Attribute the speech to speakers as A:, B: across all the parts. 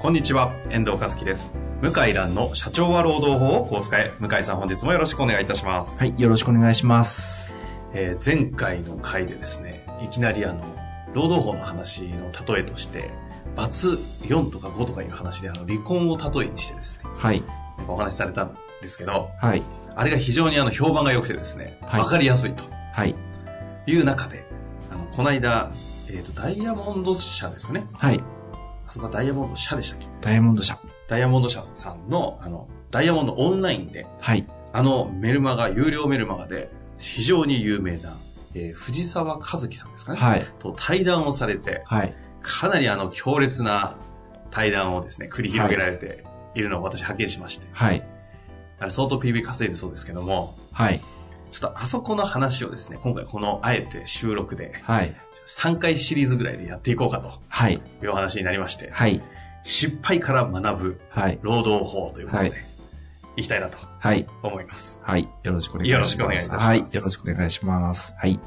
A: こんにちは、遠藤和樹です。向井蘭の社長は労働法をこう使え、向井さん本日もよろしくお願いいたします。
B: はい、よろしくお願いします。
A: えー前回の回でですね、いきなりあの、労働法の話の例えとして、罰4とか5とかいう話であの、離婚を例えにしてですね、
B: はい、
A: お話しされたんですけど、
B: はい、
A: あれが非常にあの、評判が良くてですね、
B: はい
A: わかりやすいと
B: はい、
A: いう中で、あの、この間、えっ、と、ダイヤモンド社ですかね。
B: はい、
A: あそこはダイヤモンド社でしたっけ
B: ダイヤモンド社。
A: ダイヤモンド社さんの、あの、ダイヤモンドオンラインで、
B: はい、
A: あのメルマガ、有料メルマガで非常に有名な、えー藤沢和樹さんですかね、
B: はい、
A: と対談をされて、
B: はい、
A: かなりあの強烈な対談をですね、繰り広げられているのを私発見しまして、
B: はい、
A: あれ相当 PV 稼いでそうですけども、
B: はい、
A: ちょっとあそこの話をですね、今回このあえて収録で
B: はい、
A: 3回シリーズぐらいでやっていこうかと
B: はい、
A: いうお話になりまして、
B: はい、
A: 失敗から学ぶ
B: はい、
A: 労働法ということで、、
B: はい
A: きたいなと
B: はい、
A: 思います。
B: はい、よろしくお願いしま
A: よろ
B: す。
A: しくお願いいたします
B: はい、よろしくお願いします。はい。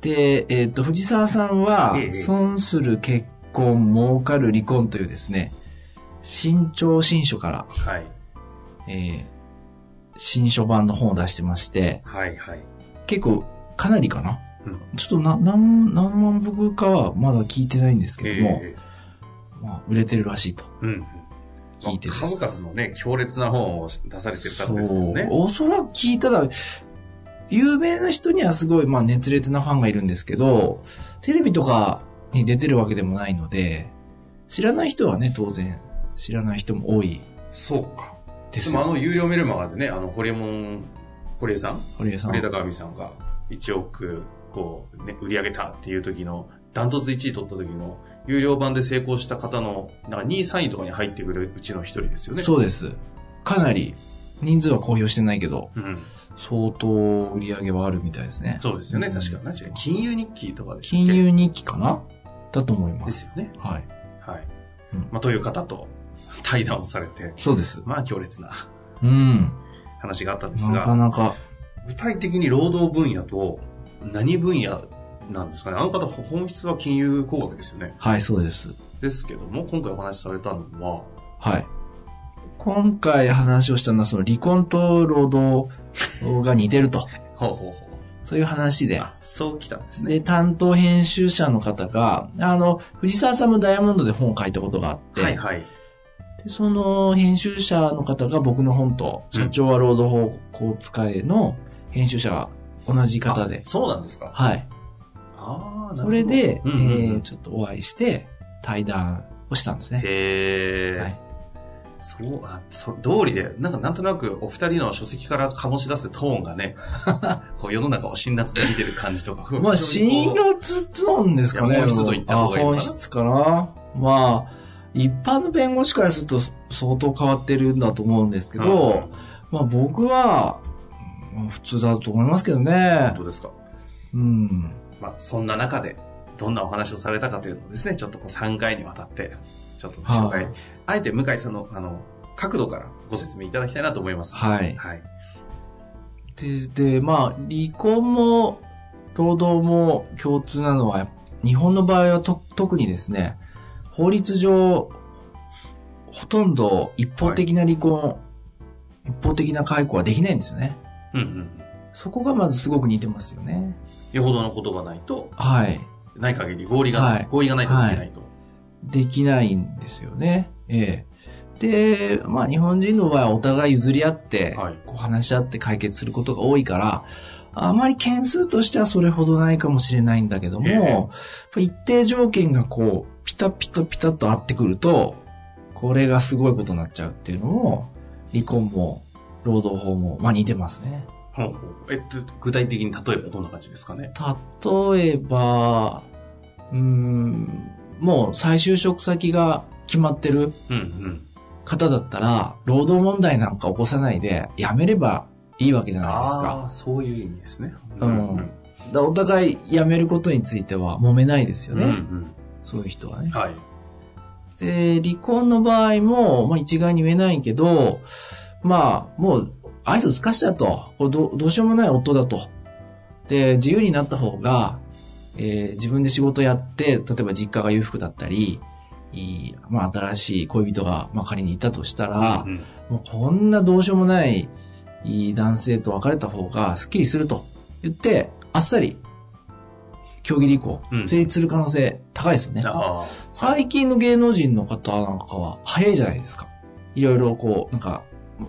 B: で、えっ、と、藤沢さんは
A: ええ、
B: 損する結婚、儲かる離婚というですね、新潮新書から、
A: はい。
B: えー、新書版の本を出してまして、
A: はいはい。
B: 結構、かなりかな、
A: うん
B: ちょっとな、何、何万部かはまだ聞いてないんですけども、
A: え
B: まあ、売れてるらしいと
A: ーうん。
B: 聞いてる。
A: 数々のね、強烈な本を出されてる方ですよね。
B: そうおそらく聞いたら、有名な人にはすごい、まあ、熱烈なファンがいるんですけど、テレビとかに出てるわけでもないので、知らない人はね、当然、知らない人も多い
A: そうか。
B: で
A: ですもあ
B: よ。
A: の有料メルマガでね、あの、ホリエモン、ホリエさん
B: 堀江さん
A: ホリエ高美さんが1億こう、ね、売り上げたっていう時の、ダントツ1位取った時の、有料版で成功した方の、なんか2位、3位とかに入ってくるうちの一人ですよね。う。
B: そうです。かなり、人数は公表してないけど、
A: うん。
B: 相当売り上げはあるみたいですね。
A: そうですよね、
B: うん
A: 確か。何違う金融日記とかでしたっけ
B: 金融日記かなだと思いま。
A: ですすよね。
B: はい。
A: はい。
B: うん
A: まあ、という方と対談をされて、
B: そうです。
A: まあ、強烈な
B: うん。
A: 話があったんです
B: な
A: が
B: か、なか。
A: 具体的に労働分野と何分野なんですかねあの方本質は金融工学ですよね
B: はい、そうです。
A: ですけども今回お話しされたのは
B: はい。今回話をしたのは、その離婚と労働が似てる と。
A: ほうほうほ
B: そういう話で。
A: あそうきたんですね
B: で、担当編集者の方が、あの、藤沢さんもダイヤモンドで本を書いたことがあって、
A: はいはい
B: でその編集者の方が僕の本と、
A: うん
B: 社長は労働法をこう使えの編集者が同じ方で
A: あ、そうなんですか
B: はい。
A: ああ
B: それで、
A: うんうんうん
B: えーちょっとお会いして、対談をしたんですね。
A: へえ、
B: はい
A: そうあそ道理でなんかなんとなくお二人の書籍から醸し出すトーンが ねこう世の中を辛辣で見てる感じとか
B: まあ、辛辣なんですか
A: い
B: ね。
A: や本質と言った方がいいのかな
B: あ本質かな。まあ、一般の弁護士からすると相当変わってるんだと思うんですけ
A: け
B: ど、まあ僕は、うん普通だと思いますけどね
A: 本当。ですか
B: うん。
A: まあ、そんな中で、どんなお話をされたかというのをですね、ちょっとこう3回にわたって、ちょっとご紹介、
B: は
A: あえて向井さんの、あの、角度からご説明いただきたいなと思います。
B: はい。
A: はい。
B: で、で、まあ、離婚も、労働も共通なのは、日本の場合はと特にですね、法律上、ほとんど一方的な離婚、一方的な解雇はできないんですよね。
A: うんうん。
B: そこがまずすごく似てますよね。
A: よほどのことがないと、
B: はい。
A: ない限り合理がない、
B: はい
A: 合意がないといけないと。
B: できないんですよね。ええ。で、まあ日本人の場合はお互い譲り合って、
A: はい
B: こう話し合って解決することが多いから、あまり件数としてはそれほどないかもしれないんだけども、
A: ええ
B: やっぱ一定条件がこう、ピタピタピタっと合ってくると、これがすごいことになっちゃうっていうのも、離婚も、労働法も、まあ似てますね。
A: ほうほうえっと、具体的に例えばどんな感じですかね。
B: 例えば、うーん、もう再就職先が決まってる
A: うんうん。
B: 方だったら、労働問題なんか起こさないで、辞めればいいわけじゃないですか。
A: ああ、そういう意味ですね。
B: うんだからお互い辞めることについては揉めないですよ
A: うんう
B: ね。
A: ん。
B: そういう人はね。
A: はい。
B: で、離婚の場合も、まあ一概に言えないけど、まあもう愛想尽かしたと。これどうどうしようもない夫だと。で、自由になった方が、えー自分で仕事やって、例えば実家が裕福だったり、いいまあ新しい恋人が、まあ仮にいたとしたら
A: う、ん
B: もうこんなどうしようもないいい男性と別れた方がスッキリすると言って、あっさり、競技離婚
A: う、ん
B: 成立する可能性高いですよね。
A: あ
B: 最近の芸能人の方なんかは早いじゃないですか。いろいろこう、なんか、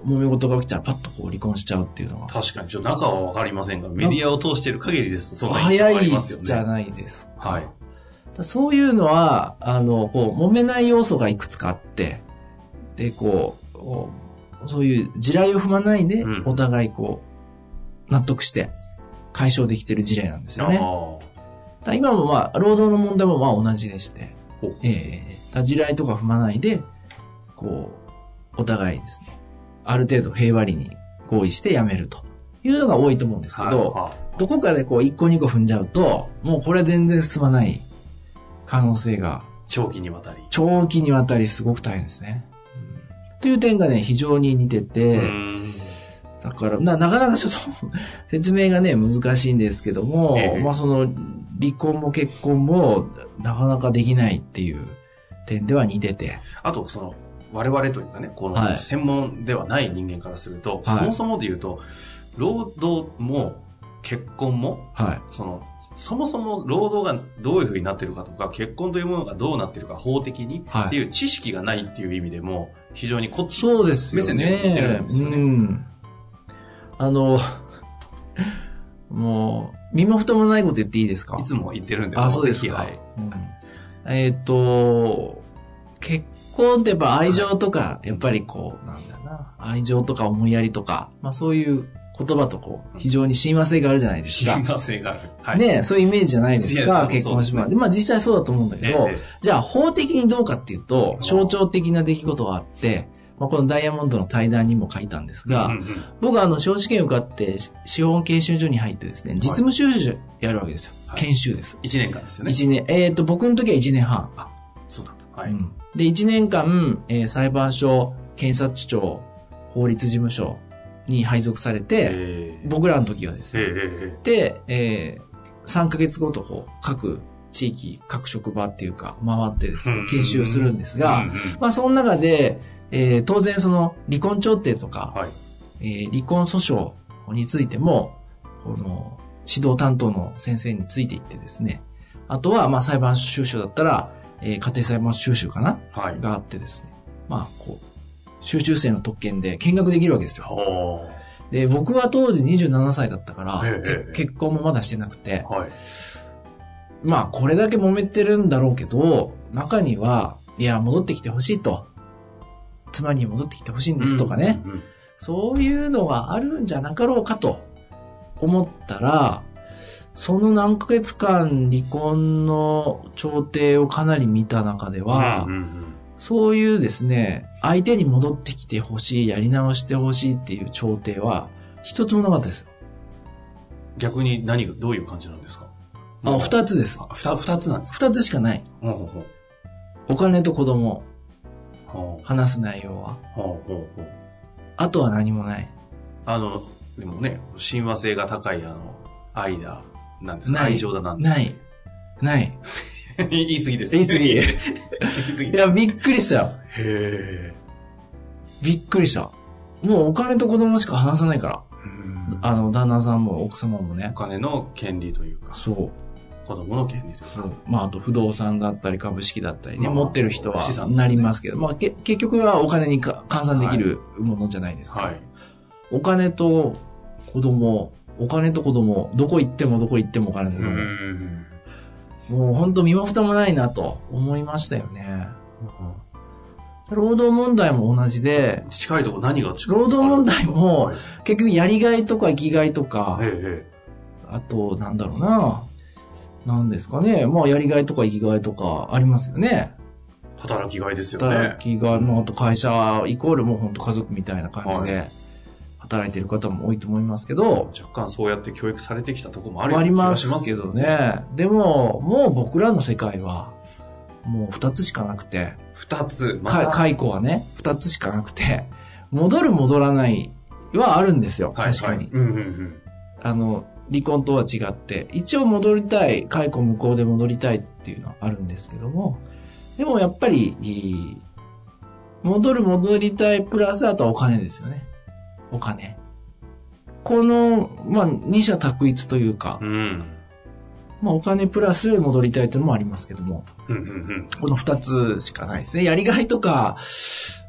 B: 揉め事が起きたらパッとこう離婚しちゃうっていうの
A: あ、
B: が。
A: 確かに、ちょっと中はわかりませんが、メディアを通している限りですと、そんな印象
B: 早
A: あり
B: い
A: ますよね。
B: じゃないですか。
A: はい。
B: だからそういうのは、あの、こう、揉めない要素がいくつかあって、で、こうこう、そういう地雷を踏まないで
A: うん、
B: お互いこう、納得して解消できてる事例なんですよね。
A: ああ
B: だか。ら今もまあ、労働の問題もまあ同じでして、
A: ほう
B: ええだから地雷とか踏まないで、こう、お互いですね、ある程度平和裏に合意してやめるというのが多いと思うんですけど、
A: はい
B: どこかでこう、1個2個踏んじゃうと、もうこれは全然進まない可能性が、
A: 長期にわたり。
B: 長期にわたりすごく大変ですね。うんという点がね、非常に似てて、
A: うーん
B: だからな、なかなかちょっと 説明がね、難しいんですけども、
A: ええ
B: まあその、離婚も結婚も、なかなかできないっていう点では似てて、
A: あと、その、我々というかね、こ
B: はい
A: の、専門ではない人間からすると、
B: はい
A: そもそもで言うと、労働も、結婚も、
B: はい。
A: その、そもそも労働がどういうふうになってるかとか、結婚というものがどうなってるか、法的に、
B: はい
A: っていう知識がないっていう意味でも、非常にこっち
B: そうですよね。
A: 目線で見てるんですよね
B: うん。あの、 もう、身も蓋もないこと言っていいですか
A: いつも言ってるんで、
B: あ、そうです
A: ぜひ
B: か。
A: はい。
B: うん、えっ、と、結婚ってやっぱ愛情とか、やっぱりこう、なんだよな、愛情とか思いやりとか、まあそういう言葉とこう、非常に親和性があるじゃないですか
A: 親。和性がある。はい。
B: ねそういうイメージじゃないです
A: いや
B: か
A: そう、
B: 結婚しま
A: そううですね
B: で。まあ実際そうだと思うんだ
A: え
B: け
A: え、
B: ど、
A: え
B: じゃあ法的にどうかっていうと、象徴的な出来事があって、まあ、このダイヤモンドの対談にも書いたんです
A: え
B: が、
A: うんうん
B: 僕はあの、司法試験受かって、資本研修所に入ってですね、実務修習やるわけですよ。
A: はい
B: 研修です。
A: 一年間ですよね。
B: 一、年、えっ、と、僕の時は1年半。
A: そうだった。は
B: う
A: い。
B: んで、1年間、えー裁判所、検察庁、法律事務所に配属されて、
A: ええ
B: 僕らの時はです
A: ええ
B: ね、
A: ええ
B: で、えー、3ヶ月ごとこう、各地域、各職場っていうか、回ってです
A: うんうん
B: ね
A: う、ん
B: 研修するんです
A: う
B: が、
A: んうん
B: まあ、その中で、えー当然その離婚調停とか、
A: はい
B: えー離婚訴訟についても、この指導担当の先生についていってですね、あとは、まあ、裁判所修習だったら、えー家庭裁判所修習かな
A: はい。
B: があってですね、まあ、こう、修習生の特権で見学できるわけですよ。
A: ほ
B: で、僕は当時27歳だったから、
A: ええ
B: け結婚もまだしてなくて、
A: うはい。
B: まあ、これだけ揉めてるんだろうけど、中には、いや、戻ってきてほしいと。妻に戻ってきてほしいんですとかね、
A: うんうんうん。
B: そういうのがあるんじゃなかろうかと思ったら、その何ヶ月間離婚の調停をかなり見た中では、
A: うんうんうん
B: そういうですね、相手に戻ってきてほしい、やり直してほしいっていう調停は、一つもなかったです。
A: 逆に何が、どういう感じなんですか
B: あ、二つです。
A: あ二二つなんですか
B: 二つしかない。
A: ほうほうほう
B: お金と子供、
A: ほう
B: 話す内容は。
A: ほうほうほう
B: あとは何もない。
A: あの、でもね、親和性が高い、あの、愛だ、なんですか
B: ない
A: 愛情だなんて。
B: ない。ない。
A: 言い過ぎです。
B: 言い過 ぎ
A: 言い過ぎ
B: い。や、びっくりしたよ。
A: へ
B: びっくりした。もうお金と子供しか話さないから。
A: ー
B: あの、旦那さんも奥様もね
A: お。金の権利というか、
B: そう。
A: 子供の権利という
B: そ
A: か。
B: う。まあ、あと不動産だったり株式だったりね、
A: まあ
B: 持ってる人は
A: 資産ですね
B: なりますけど、まあ、け結局はお金にか換算できるものじゃないですか。
A: はい。
B: お金と子供、お金と子供、どこ行ってもどこ行ってもお金と
A: う
B: 子供。
A: ん。
B: もう本当身も蓋もないなと思いましたよね。労働問題も同じで、
A: 近いとこ何が近い
B: 労働問題も
A: はい
B: 結局やりがいとか生きがいとか、
A: えええ
B: あと、なんだろうな、なんですかね。まあ、やりがいとか生きがいとかありますよね。
A: 働きがいですよね
B: 働。きがい、もうあと会社イコールもう本当家族みたいな感じで働いてる方も多いと思いますけど、
A: 若干そうやって教育されてきたとこもあ
B: あ
A: るような
B: り
A: 気
B: ま
A: がし
B: す
A: ます
B: けど。ね。でも、もう僕らの世界は、もう二つしかなくて、
A: 二つ、ま
B: か
A: た。
B: 解雇はね、二つしかなくて、戻る戻らないはあるんですよ。
A: はい
B: 確かに
A: はい。うんうんうん。
B: あの、離婚とは違って、一応戻りたい、解雇無効で戻りたいっていうのはあるんですけども、でもやっぱり、いい戻る戻りたいプラスあとはお金ですよね。お金。この、まあ、二者択一というか
A: う、ん。
B: まあ、お金プラス戻りたいというのもありますけども、
A: うんうんうん。
B: この二つしかないですね。やりがいとか、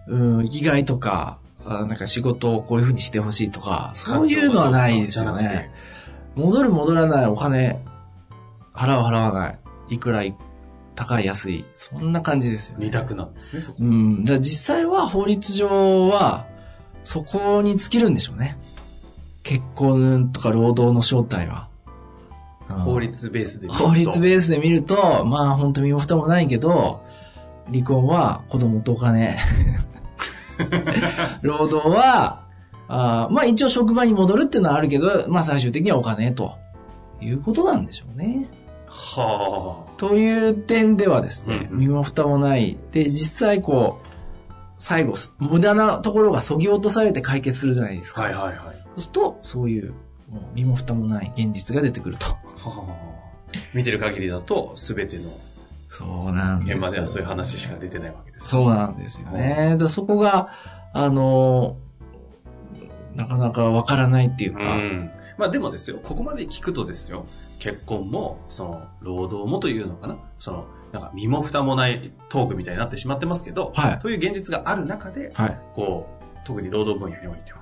B: うん、生きがいとか、あなんか仕事をこういうふうにしてほしいとか、そういうのはないですよ
A: じゃなく
B: ね
A: て。。
B: 戻る戻らないお金、払う払わない。いくらい、高い安い。そんな感じですよね。
A: 二択なんですね、そこ。
B: うん。だから実際は法律上は、そこに尽きるんでしょうね。結婚とか労働の正体は。うん
A: 法律ベースで見ると。
B: 法律ベースで見ると、まあ本当身も蓋もないけど、離婚は子供とお 金。労働は、あーまあ一応職場に戻るっていうのはあるけど、まあ最終的にはお金ということなんでしょうね。
A: は
B: という点ではですね、
A: うん
B: 身も蓋もない。で、実際こう、最後、無駄なところが削ぎ落とされて解決するじゃないです
A: あ。
B: か。
A: はいはいはい。
B: そうすると、そういう、もう身も蓋もない現実が出てくると。
A: はあ。見てる限りだと、すべての
B: そうなんです。
A: 現場ではそういう話しか出てないわけです。
B: そうなんですよね。だからそこが、あの、なかなかわからないっていう
A: う
B: か、
A: ん。まあでもですよ、ここまで聞くとですよ、結婚も、その、労働もというのかな、その、なんか身も蓋もないトークみたいになってしまってますけど、
B: はい。
A: という現実がある中で、
B: はい。
A: こう、特に労働分野においては、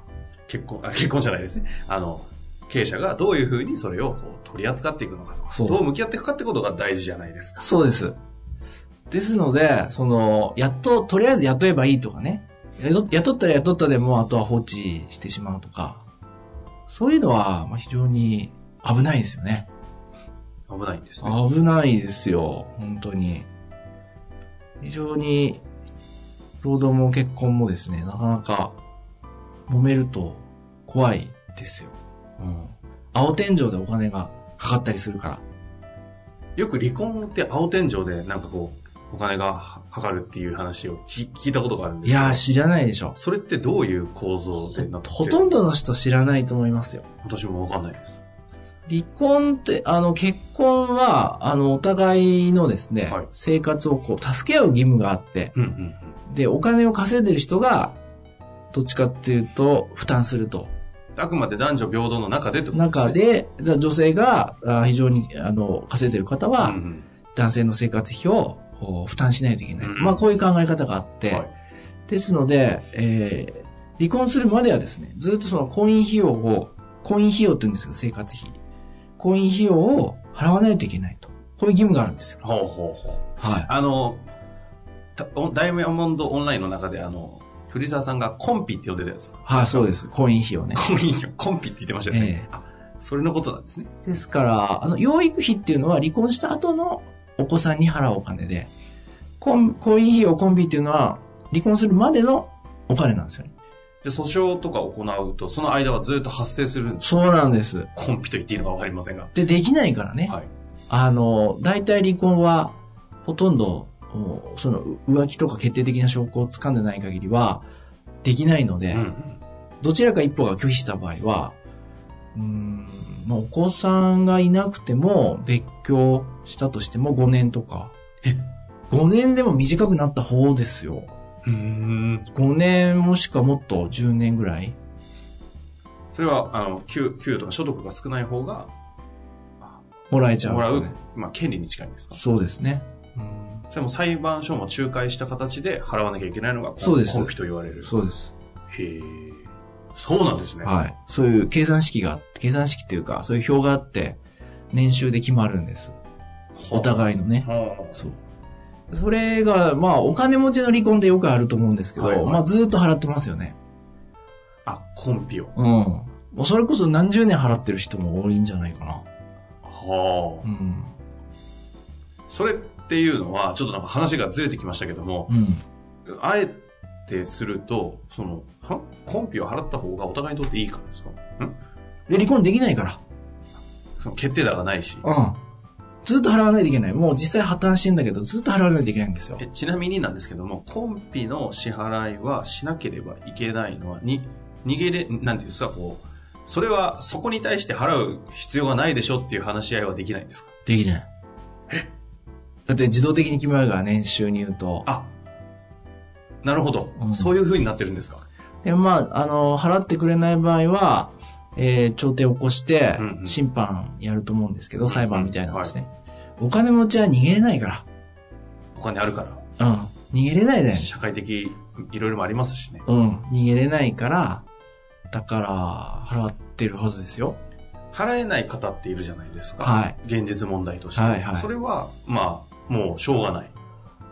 A: 結婚、あ、 結婚じゃないですね。あの、経営者がどういうふうにそれをこう取り扱っていくのかとか、
B: そう
A: どう向き合っていくかってことが大事じゃないですか。
B: そうです。ですので、その、やっと、とりあえず雇えばいいとかね。雇雇ったら雇ったでも、あとは放置してしまうとか、そういうのは、まあ、非常に危ないですよね。
A: 危ないんですね。
B: 危ないですよ、本当に。非常に、労働も結婚もですね、なかなか、揉めると怖いですよ。うん。青天井でお金がかかったりするから。
A: よく離婚って青天井でなんかこう、お金がかかるっていう話を聞聞いたことがあるんです
B: い
A: けど
B: やー、知らないでしょ。
A: それってどういう構造でなってる
B: ほとんどの人知らないと思いますよ。
A: 私もわかんないです。
B: 離婚って、あの、結婚は、あの、お互いのですね、
A: はい
B: 生活をこう、助け合う義務があって、
A: うんうんうん。
B: で、お金を稼いでる人が、どっちかっていうと、負担すると。
A: あくまで男女平等の中でってことですね。
B: 中で、だから女性があ非常にあの稼いでる方は、
A: うんうん
B: 男性の生活費をこう負担しないといけない。
A: うん
B: まあ、こういう考え方があって、
A: はい
B: ですので、えー離婚するまではですね、ずっとその婚姻費用を、婚姻費用って言うんですけど、生活費。婚姻費用を払わないといけないと。こういう義務があるんですよ。
A: ほうほうほう。
B: はい。
A: あの、たおダイヤモンドオンラインの中で、あの、藤沢さんがコンピって呼んでたや つ。
B: はい、そうです。婚姻費用 ね。
A: コンピ、コンピって言ってましたよね。あ、それのことなんですね。
B: ですから、あの、養育費っていうのは離婚した後のお子さんに払うお金で、婚婚姻費用コンビっていうのは離婚するまでのお金なんですよね。
A: で、訴訟とかを行うと、その間はずっと発生するんです。
B: そうなんです。
A: コンピと言っていいのかわかりませんが。
B: で、できないからね。
A: はい。
B: あの、大体離婚は、ほとんど、おその浮気とか決定的な証拠を掴んでない限りは、できないので、
A: うんうん。
B: どちらか一方が拒否した場合は、うーん、まあ、お子さんがいなくても、別居したとしても5年とか。
A: え
B: ?5 年でも短くなった方ですよ。
A: うーん。
B: 5年もしくはもっと10年ぐらい。
A: それは、あの、給給与とか所得が少ない方が、
B: もらえちゃう、
A: もらう、まあ、権利に近いんですか。
B: そうですね。
A: それも裁判所も仲介した形で払わなきゃいけないのがコン、
B: そうです
A: コンピと言われる。
B: そうです。
A: へえ。そうなんですね。
B: はい。そういう計算式があって、計算式っていうか、そういう表があって、年収で決まるんです。お互いのね。
A: ほう
B: そう。それが、まあ、お金持ちの離婚ってよくあると思うんですけど、
A: はいはい
B: まあ、ずーっと払ってますよね。
A: あ、コンピを。
B: うん。もうそれこそ何十年払ってる人も多いんじゃないかな。
A: は
B: うん。
A: それっていうのは、ちょっとなんか話がずれてきましたけども、
B: うん。
A: あえてすると、その、はコンピを払った方がお互いにとっていいからですかん
B: で、離婚できないから。
A: その決定打がないし。
B: うん。ずっと払わないといけない。もう実際破綻してんだけど、ずっと払わないといけないんですよ。
A: えちなみになんですけども、コンピの支払いはしなければいけないのは、に、逃げれ、なんていうんですか、こう、それはそこに対して払う必要がないでしょっていう話し合いはできないんですか
B: できない。だって自動的に決まるから、年収入と。
A: あ、なるほど。
B: うん
A: そういう風になってるんですか
B: で、まあ、あの、払ってくれない場合は、えー、調停を起こして
A: うんう、ん
B: 審判やると思うんですけど、裁判みたいなのですね。お金持ちは逃げれないか
A: お金あるから。
B: ら。うん。逃げれないだよね。
A: 社会的、いろいろもありますしね。
B: うん。逃げれないから、だから、払ってるはずですよ。
A: 払えない方っているじゃないですか。
B: はい。
A: 現実問題として。
B: はいはい
A: それは、まあ、もうしょうがない。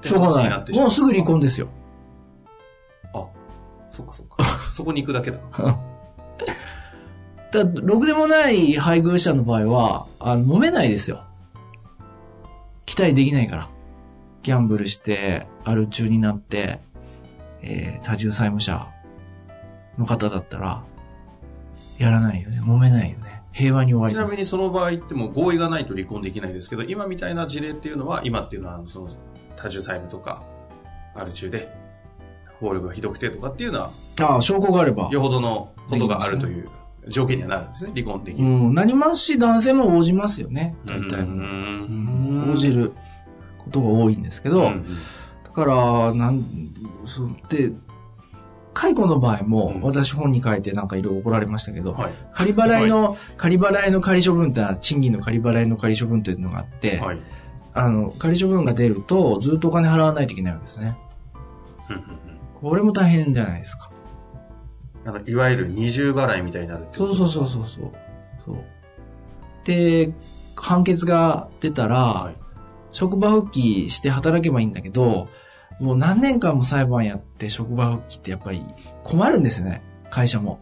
B: しょう
A: って話
B: が
A: になっ
B: な
A: て
B: い。
A: しま
B: もうすぐ離。婚ですよ。
A: あ、そっかそっか。 そこに行くだけだ。
B: だろくでもない配偶者の場合は、あの、揉めないですよ。期待できないから。ギャンブルして、アル中になって、えー、多重債務者の方だったら、やらないよね。揉めないよね。平和に終
A: ち
B: わ
A: なみ
B: ります。
A: にその場合ってもう合意がないと離婚できないですけど、今みたいな事例っていうのは、今っていうのは、あのその、多重債務とか、ある中で、暴力がひどくてとかっていうのは、
B: ああ、証拠があれば。
A: よほどのことがあるという条件にはなるんですね、離婚的
B: う
A: に。
B: ん、なりますし、男性も応じますよね。大体
A: う
B: の。
A: ん
B: 応じることが多いんですけど、
A: うん
B: だから、なん、そう、で、解雇の場合も、
A: うん
B: 私本に書いてなんかいろいろ怒られましたけど、
A: はい。
B: 仮払いの、仮払いの仮処分って、賃金の仮払いの仮処分というのがあって、
A: はい。
B: あの、仮処分が出ると、ずっとお金払わないといけないわけですね。
A: うんうんうん
B: これも大変じゃないですか。
A: なんかいわゆる二重払いみたいになるってこ
B: そ
A: と
B: うそうそうそうそう。そうで、判決が出たら、
A: はい
B: 職場復帰して働けばいいんだけど、もう何年間も裁判やって職場復帰ってやっぱり困るんですよね、会社も。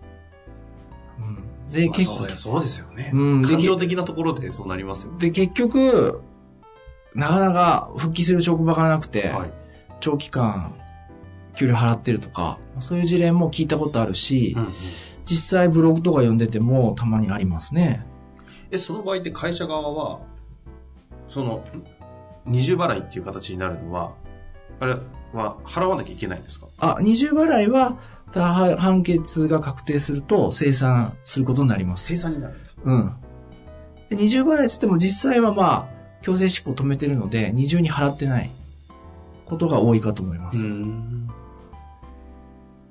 B: うん、で、
A: まあ
B: 結
A: そう
B: 構
A: だよ、そうですよね。
B: うんで
A: 感情的なところでそうなりますよね。
B: で、結局、なかなか復帰する職場がなくて、
A: はい。
B: 長期間給料払ってるとか、そういう事例も聞いたことあるし、
A: うんうん
B: 実際ブログとか読んでてもたまにありますね。
A: え、その場合って会社側は、その、ん二重払いっていう形になるのは、あれは払わなきゃいけないんですか
B: あ、二重払いは、た判決が確定すると清算することになります。
A: 生産になる
B: うん。で二重払いっつっても実際はまあ、強制執行止めてるので、二重に払ってないことが多いかと思います。
A: ん。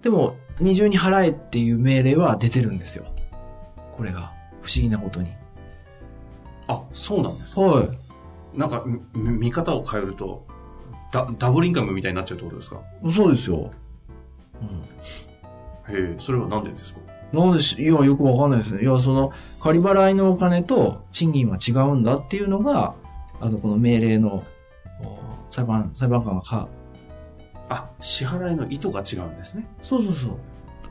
B: でも、二重に払えっていう命令は出てるんですよ。これが。不思議なことに。
A: あ、そうなんですか
B: はい。
A: なんか、み見方を変えると、ダダブルインカムみたいになっちゃうってことですか
B: そうですよ。うん。
A: へえ、それはなんでですか
B: なんでし、いや、よくわかんないですね。いや、その、仮払いのお金と賃金は違うんだっていうのが、あの、この命令の、お裁判、裁判官がか、
A: あ、支払いの意図が違うんですね。
B: そうそうそ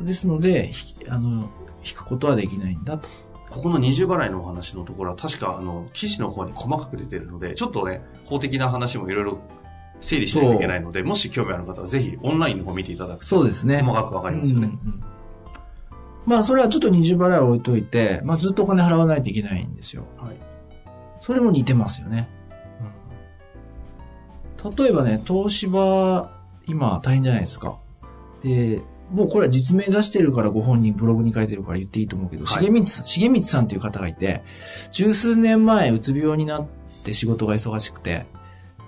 B: う。ですので、ひあの、引くことはできないんだと。
A: ここの二重払いのお話のところは確かあの記事の方に細かく出てるので、ちょっとね、法的な話もいろいろ整理しないといけないので、もし興味ある方はぜひオンラインの方見ていただくと
B: そうですね。
A: 細かくわかりますよね。
B: うんうんうんまあ、それはちょっと二重払いを置いといて、まあ、ずっとお金払わないといけないんですよ。
A: はい。
B: それも似てますよね。例えばね、東芝、今大変じゃないですか。で、もうこれは実名出してるからご本人ブログに書いてるから言っていいと思うけど、
A: はい
B: 重光さん、重光さんっていう方がいて、十数年前うつ病になって仕事が忙しくて、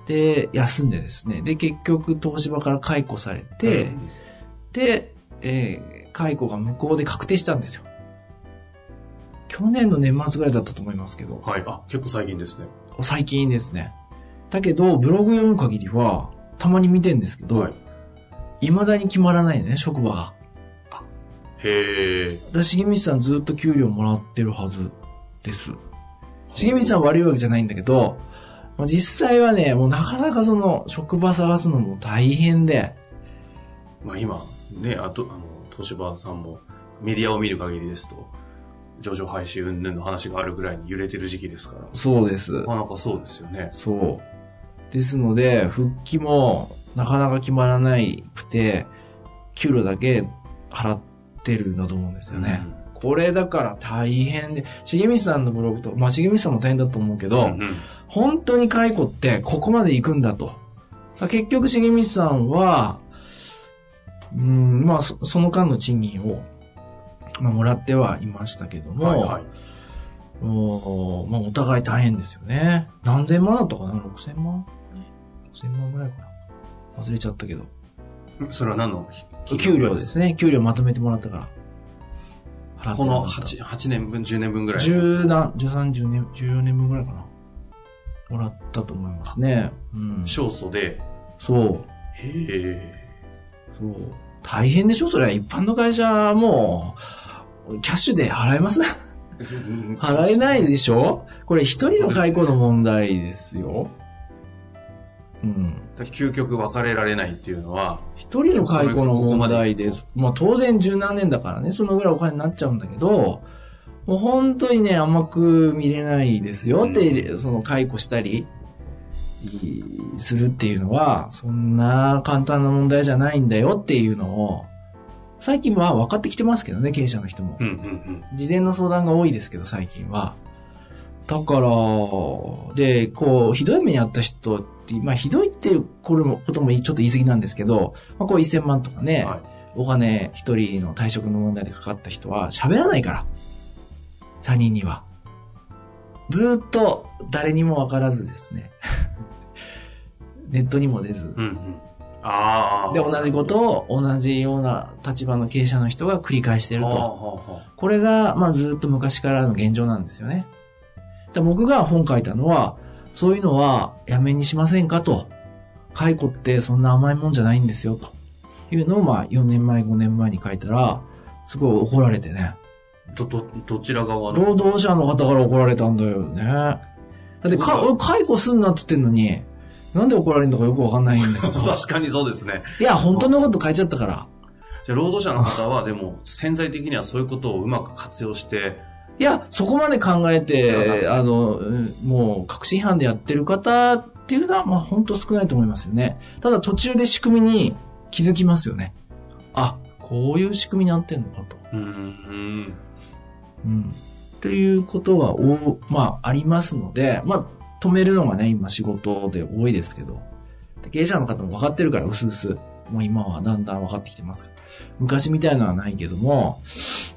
B: で、休んでですね、で、結局東芝から解雇されて、
A: うん
B: で、えー解雇が無効で確定したんですよ。去年の年末ぐらいだったと思いますけど、
A: はい。あ、結構最近ですね。
B: 最近ですね。だけど、ブログ読む限りは、たまに見てんですけど、
A: はい。
B: 未だに決まらないね、職場が。
A: へえ。
B: だ、しげみさんずっと給料もらってるはずです。しげみさん悪いわけじゃないんだけど、まあ実際はね、もうなかなかその、職場探すのも大変で、
A: まあ今、ね、あと、あの、東芝さんもメディアを見る限りですと、上場廃止云々の話があるぐらいに揺れてる時期ですから、
B: そうです
A: な。かなかそうですよね。
B: そう。ですので、復帰もなかなか決まらないくて、給料だけ払ってるんだと思うんですよね。これだから大変で、重光さんのブログと、まあ重光さんも大変だと思うけ
A: う
B: ど、
A: んうん
B: 本当に解雇ってここまで行くんだと。結局、重光さんは、うん、まあ、そその間の賃金を、まあ、もらってはいましたけども、
A: はいはい。
B: おまあ、お互い大変ですよね。何千万だったかな ?6000 万 ?6000 万ぐらいかな忘れちゃったけど。
A: それは何の
B: 給料ですね。給料まとめてもらったから。払って
A: この
B: もらった
A: 8, 8年分、10年分ぐらい。
B: 10何、13、10年、14年分ぐらいかな。もらったと思いますね。うん。そう。
A: 勝訴で、
B: そう。
A: へえ。
B: 大変でしょそれは一般の会社もう、キャッシュで払えます払えないでしょこれ一人の解雇の問題ですよ。うん。
A: だから究極別れられないっていうのは、
B: 一人の解雇の問題です。まあ当然十何年だからね、そのぐらいお金になっちゃうんだけど、もう本当にね、甘く見れないですよって、その解雇したりいするっていうのは、そんな簡単な問題じゃないんだよっていうのを、最近は分かってきてますけどね、経営者の人も
A: う。んうん
B: 事前の相談が多いですけど、最近は。だから、で、こう、ひどい目に遭った人って、まあ、ひどいっていうこれもこともちょっと言い過ぎなんですけど、まあ、こう1000万とか
A: う
B: ね、
A: ん。はい。
B: お金一人の退職の問題でかかった人は喋らないから。他人には。ずーっと誰にもわからずですね。 ネットにも出ず。
A: うんうん。ああ。
B: で、同じことを同じような立場の経営者の人が繰り返してる
A: はあは
B: と。
A: あはあ
B: これが、まあ、ずっと昔からの現状なんですよね。で僕が本書いたのは、そういうのはやめにしませんかと。解雇ってそんな甘いもんじゃないんですよ、というのを、まあ、4年前、5年前に書いたら、すごい怒られてね。
A: ど、ど、どちら側の
B: 労働者の方から怒られたんだよね。だってか、俺解雇すんなって言ってんのに、なんで怒られるのかよくわかんないんだけ ど。
A: 確かにそうですね。
B: いや、本当のこと書いちゃったから。
A: じゃあ労働者の方は、でも、潜在的にはそういうことをうまく活用して、
B: いや、そこまで考え
A: い
B: て、
A: や
B: あの、うんもう、確信犯でやってる方っていうのは、まあ、本当少ないと思いますよね。ただ、途中で仕組みに気づきますよね。あ、こういう仕組みになってんのかと。
A: うーん。
B: うん。ということが、お、まあ、ありますので、まあ、止めるのがね、今仕事で多いですけど、で経営者の方も分かってるから、うすうす。もう今はだんだん分かってきてますから。昔みたいなのはないけども、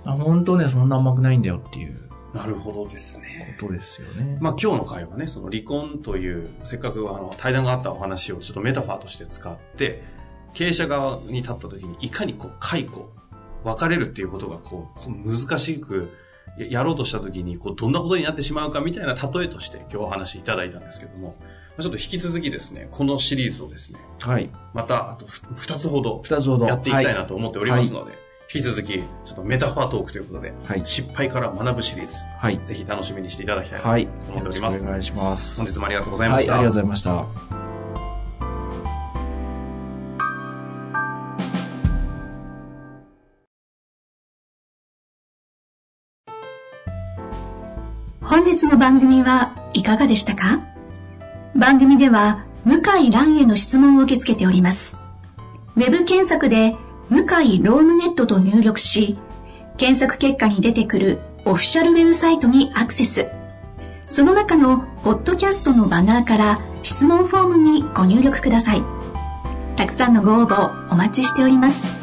B: あ本当ね、そんな甘くないんだよっていう
A: なるほどですね。
B: ことですよね。
A: まあ今日の会はね、その離婚という、せっかくあの対談があったお話をちょっとメタファーとして使って、経営者側に立った時にいかにこう解雇、別れるっていうことがこう、こう難しくややろうとした時に、こうどんなことになってしまうかみたいな例えとして今日お話しいただいたんですけども、まあちょっと引き続きですね、このシリーズをですね、
B: はい。
A: またあと2つほど
B: 二つほど。
A: やっていきたい
B: は
A: なと思っておりますので、引き続きちょっとメタファートークということで、
B: はい。
A: 失敗から学ぶシリーズ、
B: はい。
A: ぜひ楽しみにしていただきたいなと
B: はい。よ
A: 思っており
B: ろしく
A: ます。
B: お願いします。
A: 本日もありがとうございま
B: は
A: し
B: い。
A: た。
B: ありがとうございました。
C: 本日の番組はいかがでしたか番組では向井蘭への質問を受け付けております。ウェブ検索で向井ロームネットと入力し、検索結果に出てくるオフィシャルウェブサイトにアクセス。その中のポッドキャストのバナーから質問フォームにご入力ください。たくさんのご応募お待ちしております。